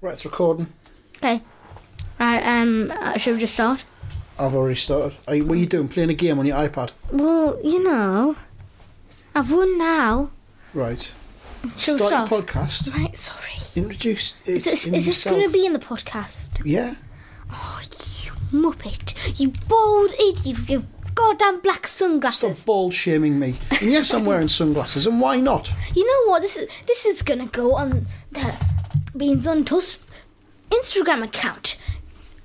Right, it's recording. Okay. Right, um, uh, should we just start? I've already started. Are you, what are you doing? Playing a game on your iPad? Well, you know, I've won now. Right. Should we start start? your podcast. right, sorry. Introduce. Is this, is this going to be in the podcast? Yeah. Oh, you muppet. You bald idiot. You, you goddamn black Stop sunglasses. bald shaming me. And yes, I'm wearing sunglasses, and why not? You know what? This is this is going to go on the Beans on Toast Instagram account.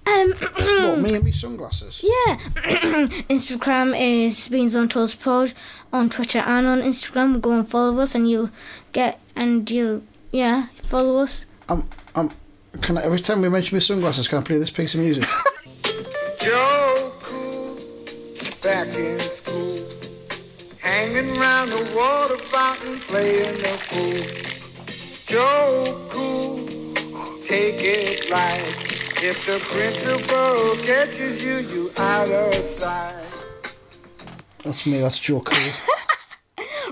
Um, What, me and me sunglasses? Yeah, Instagram is Beans on Toast Pod on Twitter and on Instagram. Go and follow us, and you'll get and you'll yeah follow us. I'm. I'm. Can I, every time we mention my sunglasses, can I play this piece of music? Joe Cool, back in school, hanging round the water fountain, playing the fool. Joe Cool, take it light. If the principal catches you, you out of sight. That's me. That's Joe Cool.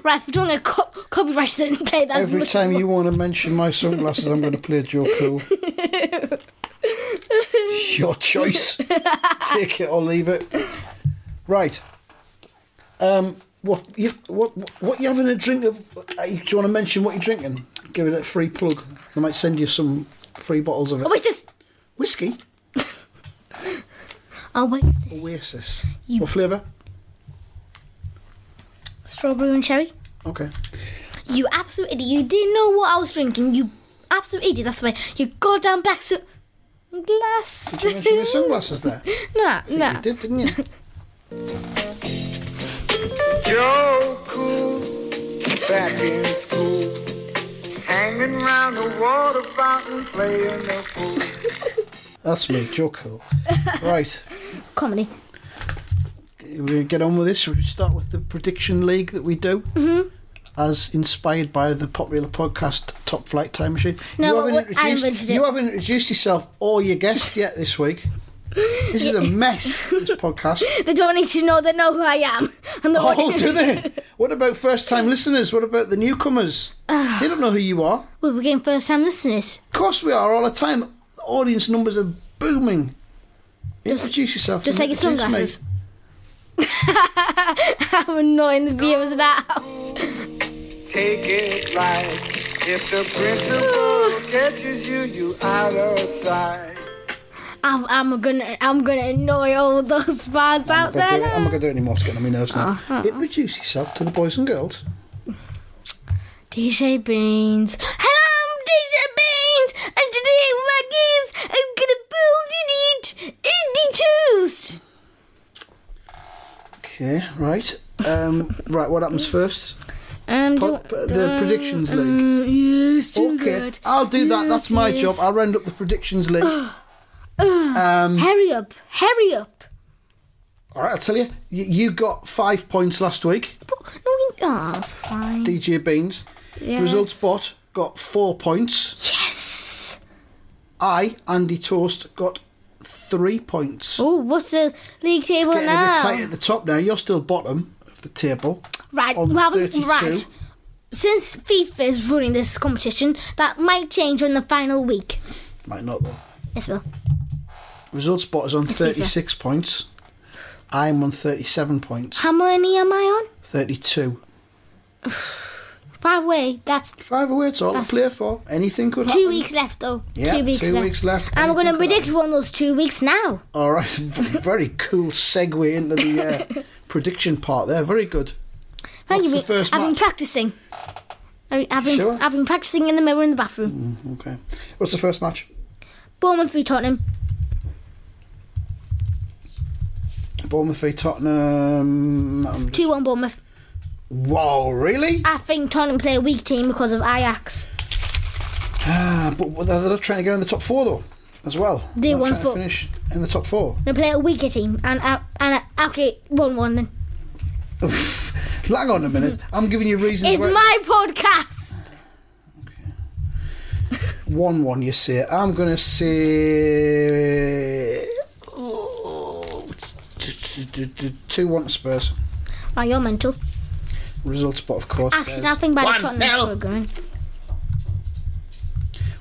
Right, if we don't get co- copyrighted, then play that. as Every much as time we- you want to mention my sunglasses, I'm going to play Joe Cool. Your choice. Take it or leave it. Right. Um. What you what what you having a drink of? uh, Do you want to mention what you're drinking? Give it a free plug. They might send you some free bottles of it. Oh wait, this. Whiskey. Oh wait, this. Oasis. What flavour? Strawberry and cherry. Okay. You absolute idiot! You didn't know what I was drinking. You absolute idiot! That's why you goddamn black su- glass. Did you mention your sunglasses there? nah, nah. You did, didn't you? Joe Cool, back in school, hanging round the water fountain, playing the fool. That's me, Joe Cool. Right. Comedy. we get on with this. We start with the prediction league that we do, Mm-hmm. as inspired by the popular podcast Top Flight Time Machine. No, you haven't what- I introduced, invented it. you haven't introduced yourself or your guest yet this week. This is a mess. This podcast. They don't need to know. They know who I am. I'm the Oh, one. do they? What about first-time listeners? What about the newcomers? Ah. they don't know who you are. We were getting first time listeners. Of course, we are all the time. Audience numbers are booming. Introduce yourself. Just and like your introduce me. sunglasses. I'm annoying the viewers now. take it light. If the principal catches you, you out of sight. I'm, I'm gonna I'm gonna annoy all those fans I'm not out there. gonna do it- I'm not now. going to do any more. It's getting on my nerves now. Uh-huh. Introduce yourself to the boys and girls. DJ Beans. Hello, I'm DJ Beans, and today my kids I'm gonna build and eat indie toast. Okay, right. Um, right, what happens first? Um, do, Pop, the predictions league. uh, yes, too Okay, good. I'll do that. That's my Yes, job. yes. I'll round up the predictions league. Um, Hurry up, hurry up. all right, I'll tell you. you. You got five points last week. But, no, we, oh, fine. DJ Beans. Yes. Results bot got four points. Yes. I, Andy Toast, got three points. Oh, what's the league table Getting a bit now? tight at the top now. You're still bottom of the table. Right, on we haven't 32. right. Since FIFA is running this competition, that might change on the final week. Might not though. Yes, Will. Results bot is on FIFA. 36 points. I'm on 37 points. How many am I on? 32. Five way. That's Five away, it's all That's- to play for. Anything could happen. two weeks left, though. Yeah, two weeks two left. weeks left. And we're going to Anything could predict one of those two weeks now. All right, very cool segue into the uh, prediction part there. Very good. Thank What's you, the first I've been match? practicing. I- I've been, Sure. Mm. I've been practicing in the mirror in the bathroom. Okay. What's the first match? Bournemouth v Tottenham. Bournemouth v Tottenham. I'm just- 2 1 Bournemouth. Wow, really? I think Tottenham play a weak team because of Ajax. Ah, but they're they're trying to get in the top four though, as well. They They're won trying to four. finish in the top four. They play a weaker team and uh, and uh, actually 1 1 then. Oof. Hang on a minute. I'm giving you reasons. It's why- my podcast! one one you say i'm gonna say two one spurs Right, you're mental. Results, but of course. Actually, says- nothing bad One at Tottenham nil. scored a goal.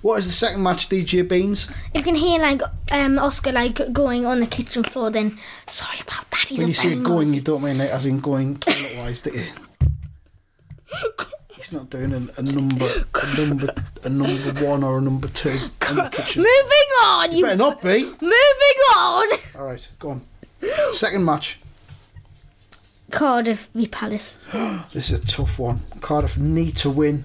What is the second match, DJ Beans? You can hear like um, Oscar like going on the kitchen floor. Then sorry about that. He's When a you say very going, you noisy- don't mean it as in going toilet wise, do you? He's not doing a, a number, a number, a number one or a number two in the kitchen. Moving on. You Better not be. moving on. All right, go on. Second match. Cardiff v Palace. This is a tough one. Cardiff need to win.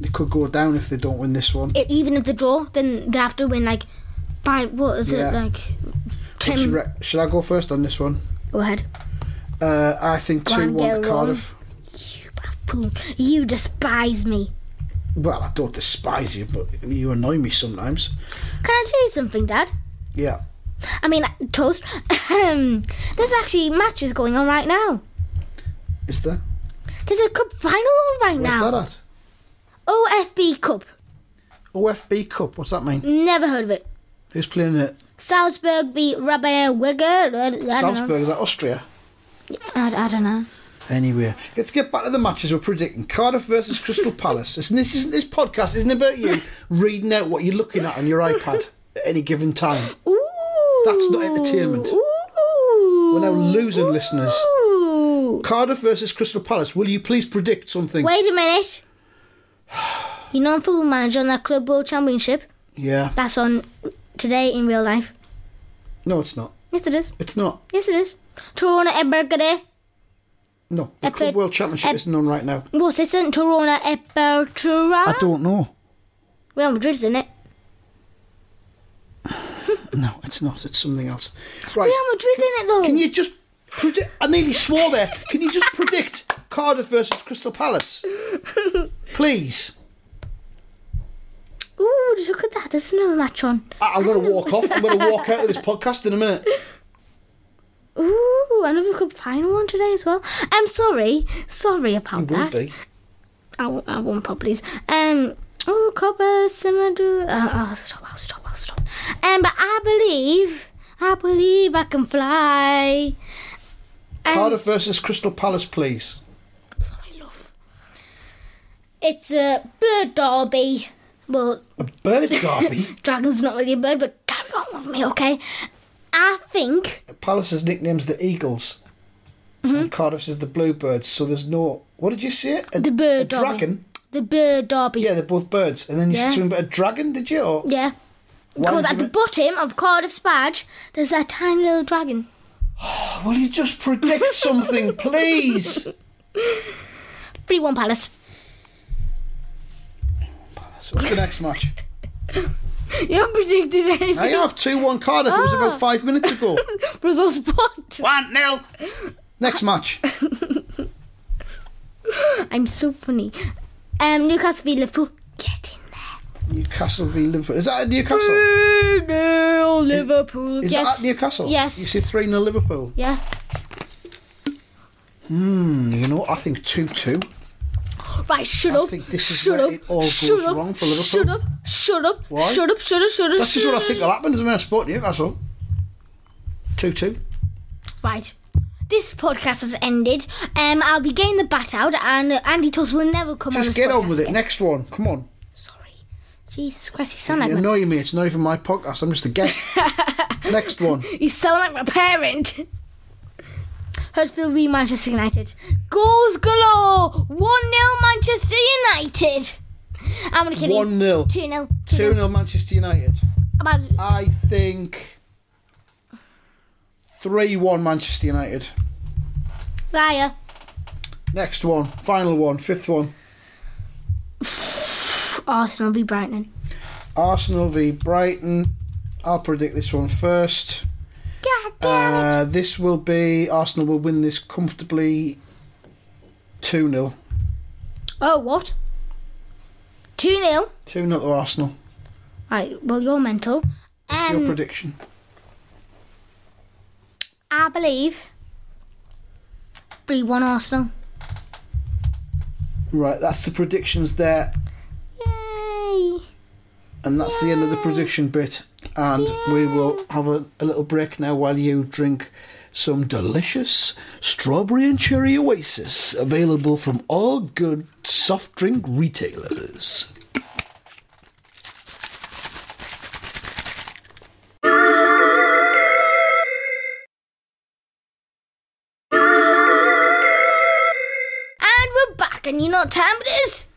They could go down if they don't win this one. If even if they draw, then they have to win like by what is Yeah. it like? What do you Ten. rec- Should I go first on this one? Go ahead. Uh, I think Go on, two one go on. Cardiff. You buffoon. You despise me. Well, I don't despise you, but you annoy me sometimes. Can I tell you something, Dad? Yeah. I mean, toast. Um, there's actually matches going on right now. Is there? There's a cup final on right Where's now. that at? OFB Cup. OFB Cup. What's that mean? Never heard of it. Who's playing it? Salzburg v Rabia Wigger. I don't know. Salzburg. Is that Austria? I, I don't know. Anyway, let's get back to the matches we're predicting. Cardiff versus Crystal Palace. Listen, this isn't this podcast isn't about you reading out what you're looking at on your iPad at any given time. Ooh. That's not entertainment. Ooh. We're now losing listeners. Ooh. Cardiff versus Crystal Palace. Will you please predict something? Wait a minute. You know, I'm football manager on that Club World Championship. Yeah. That's on today in real life. No, it's not. Yes, it is. It's not. Yes, it is. Toronto Ebergade. No. The Ep- Club World Championship Ep- isn't on right now. What's it? in? Toronto I Ebertura. don't know. Real Madrid's in it. No, it's not. It's something else. Right. Real Madrid's in it though. Can you just predict? I nearly swore there. Can you just predict Cardiff versus Crystal Palace? Please. Ooh, just look at that. There's another match on. I- I'm going to walk off. I'm going to walk out of this podcast in a minute. Ooh, another cup final one today as well. I'm sorry, sorry about It that. won't be. I won't, I won't probably. Um, oh, copper, simadu. Uh, oh, stop, I'll stop, I'll stop. Um, but I believe, I believe I can fly. Um, Cardiff versus Crystal Palace, please. sorry, love. It's a bird derby. Well, A bird derby. dragon's not really a bird, but carry on with me, okay? I think Palace's nickname's the Eagles, Mm-hmm. and Cardiff's is the Bluebirds. So there's no. What did you say? A, The bird a derby. dragon. the bird derby. Yeah, they're both birds. And then you Yeah. said something about a dragon, did you? Or Yeah. why Because did at you the bottom of Cardiff's badge, there's that tiny little dragon. ma- Will you just predict something, please? 3 1 Palace. So what's the next match? You haven't predicted anything. I have 2 1 Cardiff. It was Ah. about five minutes ago. Brazil spot. One nil. Next match. I'm so funny. Um, Newcastle v Liverpool. Get in Newcastle v Liverpool. Is that at Newcastle? there. 3 0 Liverpool. Is Mm, yes. that at Newcastle? Yes. You see 3 0 Liverpool. yeah. Hmm, you know, what? I think 2 2. Right, shut I up. think this is shut where up. it all goes shut up. wrong for Liverpool. shut up. Shut up. Why? Shut up. Shut up. Shut up. That's just shut what I up. think will happen, isn't it? I sport Newcastle. 2 2. Right. This podcast has ended. Um, I'll be getting the bat out, and Andy Toss will never come on Just this get on podcast with it. again. Next one. Come on. Sorry. Jesus Christ, you sound like You my, annoy me. It's not even my podcast. I'm just a guest. Next one. you sound like my parent. Huddersfield v Manchester United. Goals galore! 1 0 Manchester United! I'm gonna kill 1 you. 0. 2 0. 2 2 0. 0 Manchester United. About I think 3 1 Manchester United. liar. Next one. Final one. Fifth one. Arsenal v Brighton. Arsenal v Brighton. I'll predict this one first. God damn it! Uh, this will be Arsenal will win this comfortably 2 0. Oh, what? 2 0. 2 0 to Arsenal. Right, well, you're mental. What's your Um, prediction? I believe 3 1 Arsenal. Right, that's the predictions there, Yay! and that's the end of the prediction bit. and we will have a, a little break now while you drink some delicious strawberry and cherry oasis available from all good soft drink retailers. And we're back, and you know what time it is?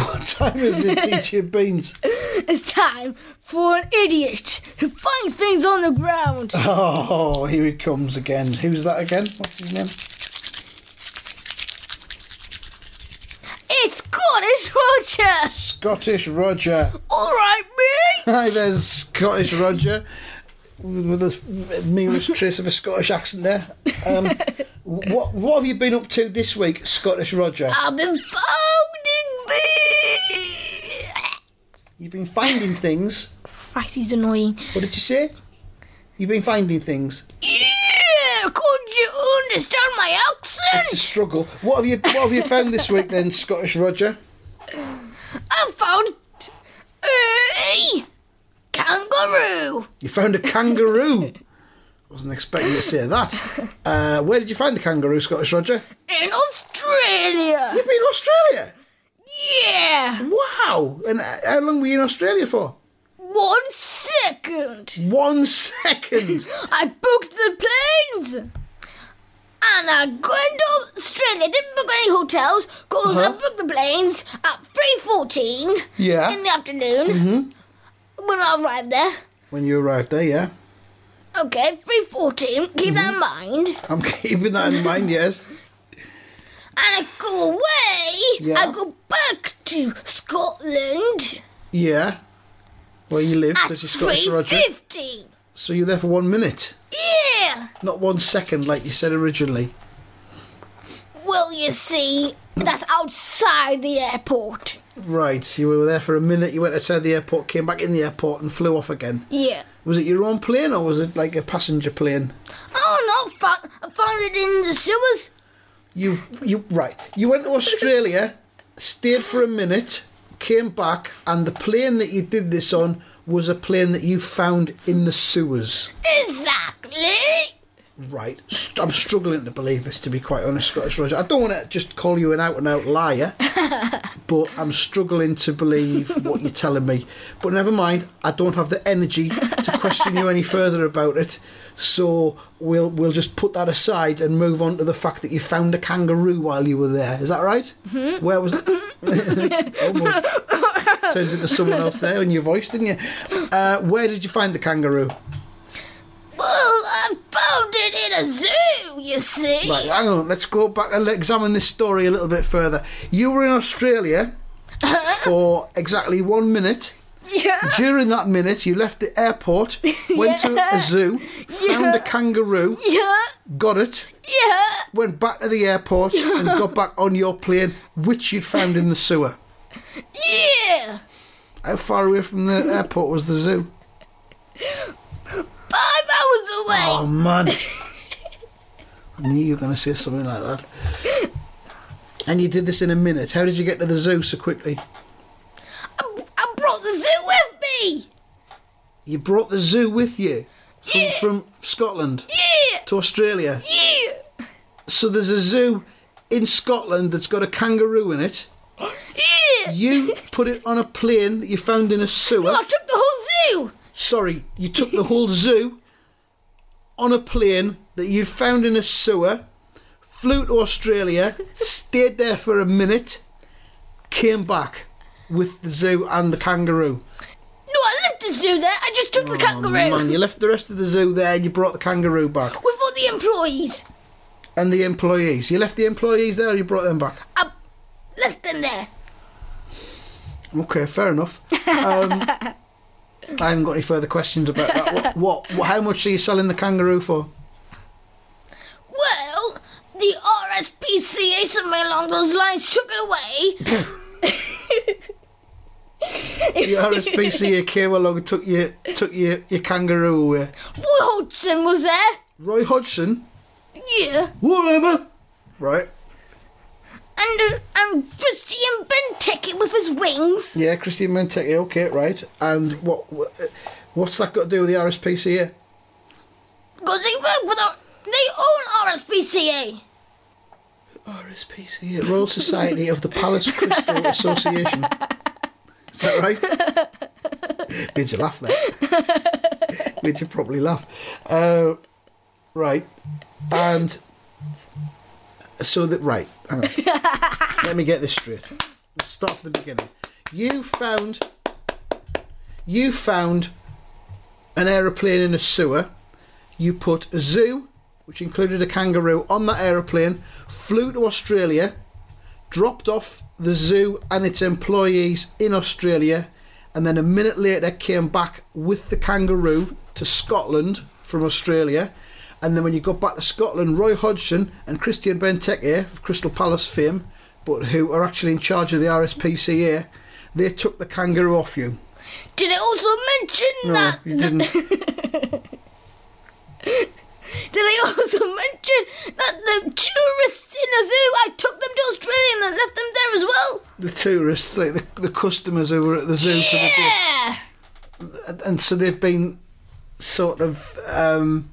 What time is it, DJ Beans? It's time for an idiot who finds things on the ground. Oh, here he comes again. Who's that again? What's his name? It's Scottish Roger. Scottish Roger. All right, me. Hi, there's Scottish Roger with the merest trace of a Scottish accent there. Um, what what have you been up to this week, Scottish Roger? I've been finding me. You've been finding things. Christ, he's annoying. What did you say? You've been finding things. Yeah, could you understand my It's a accent? struggle. What have you What have you found this week then, Scottish Roger? I found a kangaroo. You found a kangaroo. Wasn't expecting you to say that. Uh, where did you find the kangaroo, Scottish Roger? in Australia. You've been in Australia. Yeah, Wow! And uh, how long were you in Australia for? one second. One second. I booked the planes and I went to Australia. Didn't book any hotels because Uh-huh. I booked the planes at three fourteen Yeah. Mm-hmm. in the afternoon when I arrived there. When you arrived there, yeah. Okay, three fourteen. Keep that in mind. I'm keeping that in mind, yes. And I go away. Yeah. I go back to Scotland Yeah. Where you live, at this is Scottish three Roger. fifty. So you're there for one minute, Yeah. not one second, like you said originally. Well, you see, that's outside the airport. Right, so you were there for a minute, you went outside the airport, came back in the airport, and flew off again. Yeah. Was it your own plane or was it like a passenger plane? Oh no, found, I found it in the sewers. You, you, right. You went to Australia, stayed for a minute, came back, and the plane that you did this on was a plane that you found in the sewers. Exactly. Right. St- I'm struggling to believe this, to be quite honest, Scottish Roger. I don't want to just call you an out and out liar, but I'm struggling to believe what you're telling me. But never mind, I don't have the energy to question you any further about it. So we'll we'll just put that aside and move on to the fact that you found a kangaroo while you were there. Is that right? Where was it? Almost turned into someone else there in your voice, didn't you? Uh, where did you find the kangaroo? Well, I found it in a zoo, you see. Right, hang on. Let's go back and examine this story a little bit further. You were in Australia for exactly one minute. Yeah. During that minute, you left the airport, went to a zoo, found a kangaroo, Yeah. got it, Yeah. went back to the airport, and got back on your plane, which you'd found in the sewer. Yeah. How far away from the airport was the zoo? Five hours away. Oh, man. I knew you were going to say something like that. And you did this in a minute. How did you get to the zoo so quickly? I, Oh. I brought the zoo with me. You brought the zoo with you from, Yeah. from Scotland Yeah. to Australia. Yeah. So there's a zoo in Scotland that's got a kangaroo in it. Yeah. You put it on a plane that you found in a sewer. I took the whole zoo. Sorry, you took the whole zoo on a plane that you'd found in a sewer, flew to Australia, stayed there for a minute, came back with the zoo and the kangaroo. No, I left the zoo there. I just took Oh, the kangaroo Man, you left the rest of the zoo there and you brought the kangaroo back. with all the employees. And the employees. You left the employees there or you brought them back? I left them there. Okay, fair enough. Um, I haven't got any further questions about that. What, what, what- how much are you selling the kangaroo for? Well, the RSPCA, somewhere along those lines, took it away. The RSPCA came along and took your, took your, your kangaroo away. Roy Hodgson was there. Roy Hodgson? Yeah. Whatever! Right. And uh, and Christian Benteke with his wings. Yeah, Christian Benteke, okay, right. And what, what What's that got to do with the RSPCA? Because they work with our, they own RSPCA. RSPCA, Royal Society of the Palace Crystal Association. Is that right? Made you laugh there. Made you probably laugh. Uh, right. And so that, right, hang on. Let me get this straight. Let's start from the beginning. You found, you found an aeroplane in a sewer. You put a zoo, which included a kangaroo, on that aeroplane, flew to Australia, dropped off the zoo and its employees in Australia, and then a minute later came back with the kangaroo to Scotland from Australia. And then when you got back to Scotland, Roy Hodgson and Christian Benteke of Crystal Palace fame, but who are actually in charge of the RSPCA, they took the kangaroo off you. Did I also mention No, that? you didn't. Did I also mention that the tourists in the zoo? I took them to Australia and I left them there as well. the tourists, like the, the customers who were at the zoo for the day. Yeah. and- and so they've been sort of um,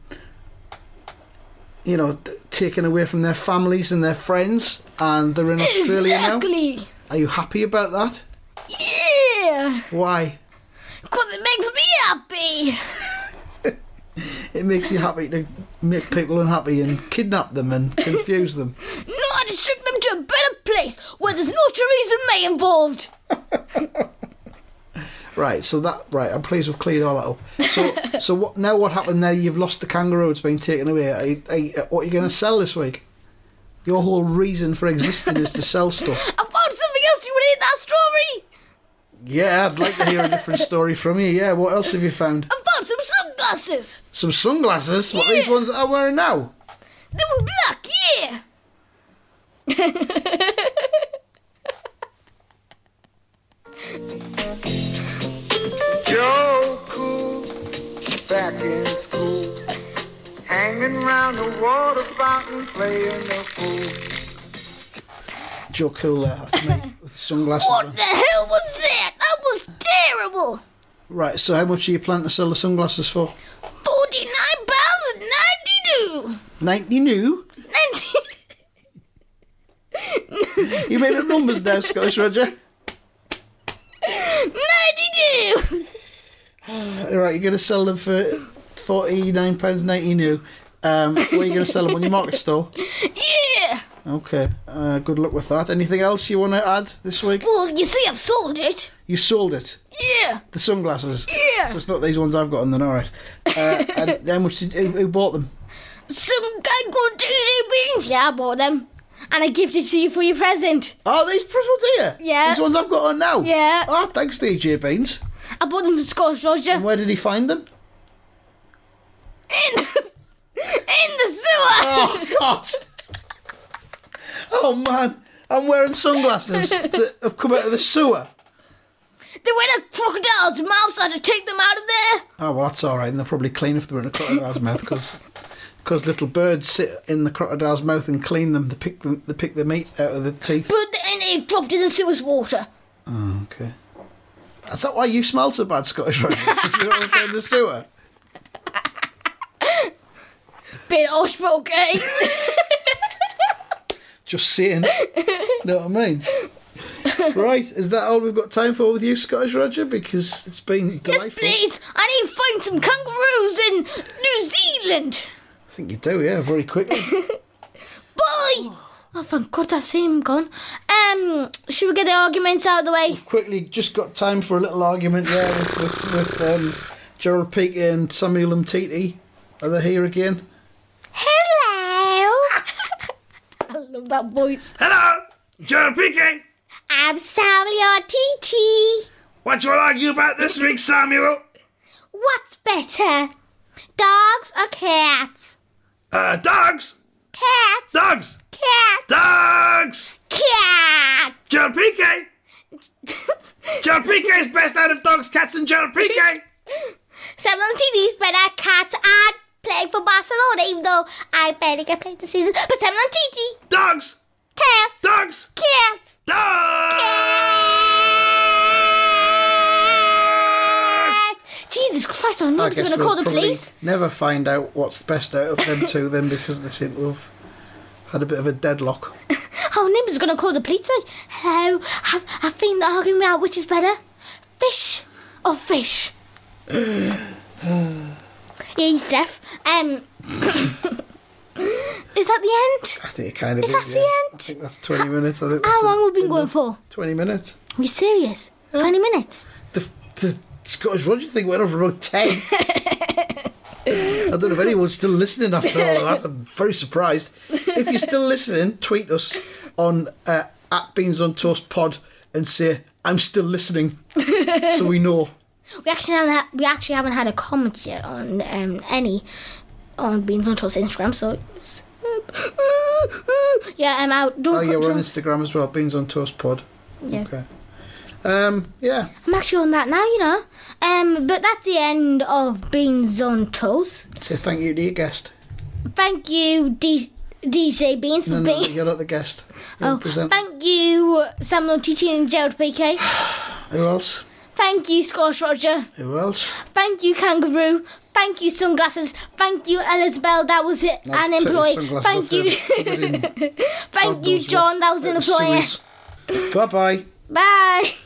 you know t- taken away from their families and their friends and they're in australia now Exactly. are you happy about that Yeah. why Because it makes me happy. it makes you happy to make people unhappy and kidnap them and confuse them No, I just took them to a better place where there's no Theresa May involved. right so that right i'm pleased we've cleared all that up so so what now what happened there you've lost the kangaroo it's been taken away are you, are you- what are you going to sell this week your whole reason for existing is to sell stuff I found something else. You want to hear that story? Yeah, I'd like to hear a different story from you. Yeah, what else have you found? I found some sunglasses. Some sunglasses. What are these ones that I'm wearing now? They were black. Yeah. Joe Cool, back in school, hanging round the water fountain, playing the fool. Joe Cool there, that's me, with sunglasses. What on. the hell was that? That was terrible. Right, so how much are you planning to sell the sunglasses for? Forty-nine pounds and ninety-two. 90 new? Ninety. You made up numbers now, Scottish Roger. Ninety-two. Uh, Right, you're going to sell them for £49.90 new. Um, where are you going to sell them? On your market stall? Yeah. Okay, uh, good luck with that. Anything else you want to add this week? Well, you see, I've sold it. You sold it. Yeah. The sunglasses. Yeah. So it's not these ones I've got on then, alright. Uh, and how much did, who, who bought them? Some guy called DJ Beans. Yeah, I bought them. And I gifted to you for your present. Oh, these press ones here? Yeah. These ones I've got on now? Yeah. Oh, thanks, DJ Beans. I bought them from Scottish Roger. And where did he find them? In the, in the sewer. Oh, God. oh, man. I'm wearing sunglasses that have come out of the sewer. They were in a crocodile's mouth, so I had to take them out of there. Oh, well, that's alright. And they're probably clean if they're in a crocodile's mouth because. Because little birds sit in the crocodile's mouth and clean them. They pick them. They pick the meat out of the teeth. But then they dropped in the sewer's water. Oh, okay. Is that why you smell so bad, Scottish Roger? 'Cause you're always in the sewer. Bit harsh, but okay. Just saying. know what I mean? Right, is that all we've got time for with you, Scottish Roger? Because it's been yes, delightful. please. I need to find some kangaroos in New Zealand. I think you do, yeah, very quickly. Bye. Oh, thank God that's him gone. Um, should we get the arguments out of the way? quickly, just got time for a little argument there with, with, with um, Gerald Peake and Samuel Umtiti. Are they here again? Hello. I love that voice. Hello, Joe Piquet. I'm Samuel TT. What you want to argue about this week, Samuel? What's better, dogs or cats? Uh, dogs, Cats, dogs, cats, dogs. cats. Joe Piquet. Joe Piquet is best out of dogs, cats, and Joe Piquet. Seven TDs, but I can't add playing for Barcelona, even though I barely get played this season. But seven TD, Dogs, cats, dogs, cats. dogs. Jesus Christ, I knew I I was going guess to we'll call the probably police. never find out what's the best out of them two then because they seem to have had a bit of a deadlock. Our neighbour's going to call the police. Like, Hello, I've, I've been arguing about which is better, fish or fish. yeah, he's deaf. Um, is that the end? I think it kind of Is is. that the yeah. I end? think that's 20 minutes. I think that's How long have we been enough. going for? 20 minutes. Are you serious? 20 minutes? The, the Scottish Roger thing went on for about 10. I don't know if anyone's still listening after all of that. I'm very surprised. If you're still listening, tweet us on uh, at Beans on Toast Pod and say, I'm still listening. so we know. We actually haven't had, we actually haven't had a comment yet on um, any on Beans on Toast Instagram, so it's, yeah, I'm out. Don't Oh, yeah, put- we're on don't- Instagram as well. Beans on Toast Pod. Yeah. Okay. Um, yeah. I'm actually on that now, you know. Um, but that's the end of Beans on Toast. Say thank you to your guest. Thank you, D- DJ Beans, for No, no, being. uh, you're not the guest. You're Oh, the presenter. thank you, Samuel Titi and Gerald PK. Who else? Thank you, Scottish Roger. Who else? Thank you, Kangaroo. Thank you, Sunglasses. Thank you, Elizabeth. That was it. No, an take your employee. sunglasses Thank off you. there. Put it in. Thank you, John. That was an employee. Bye bye. Bye.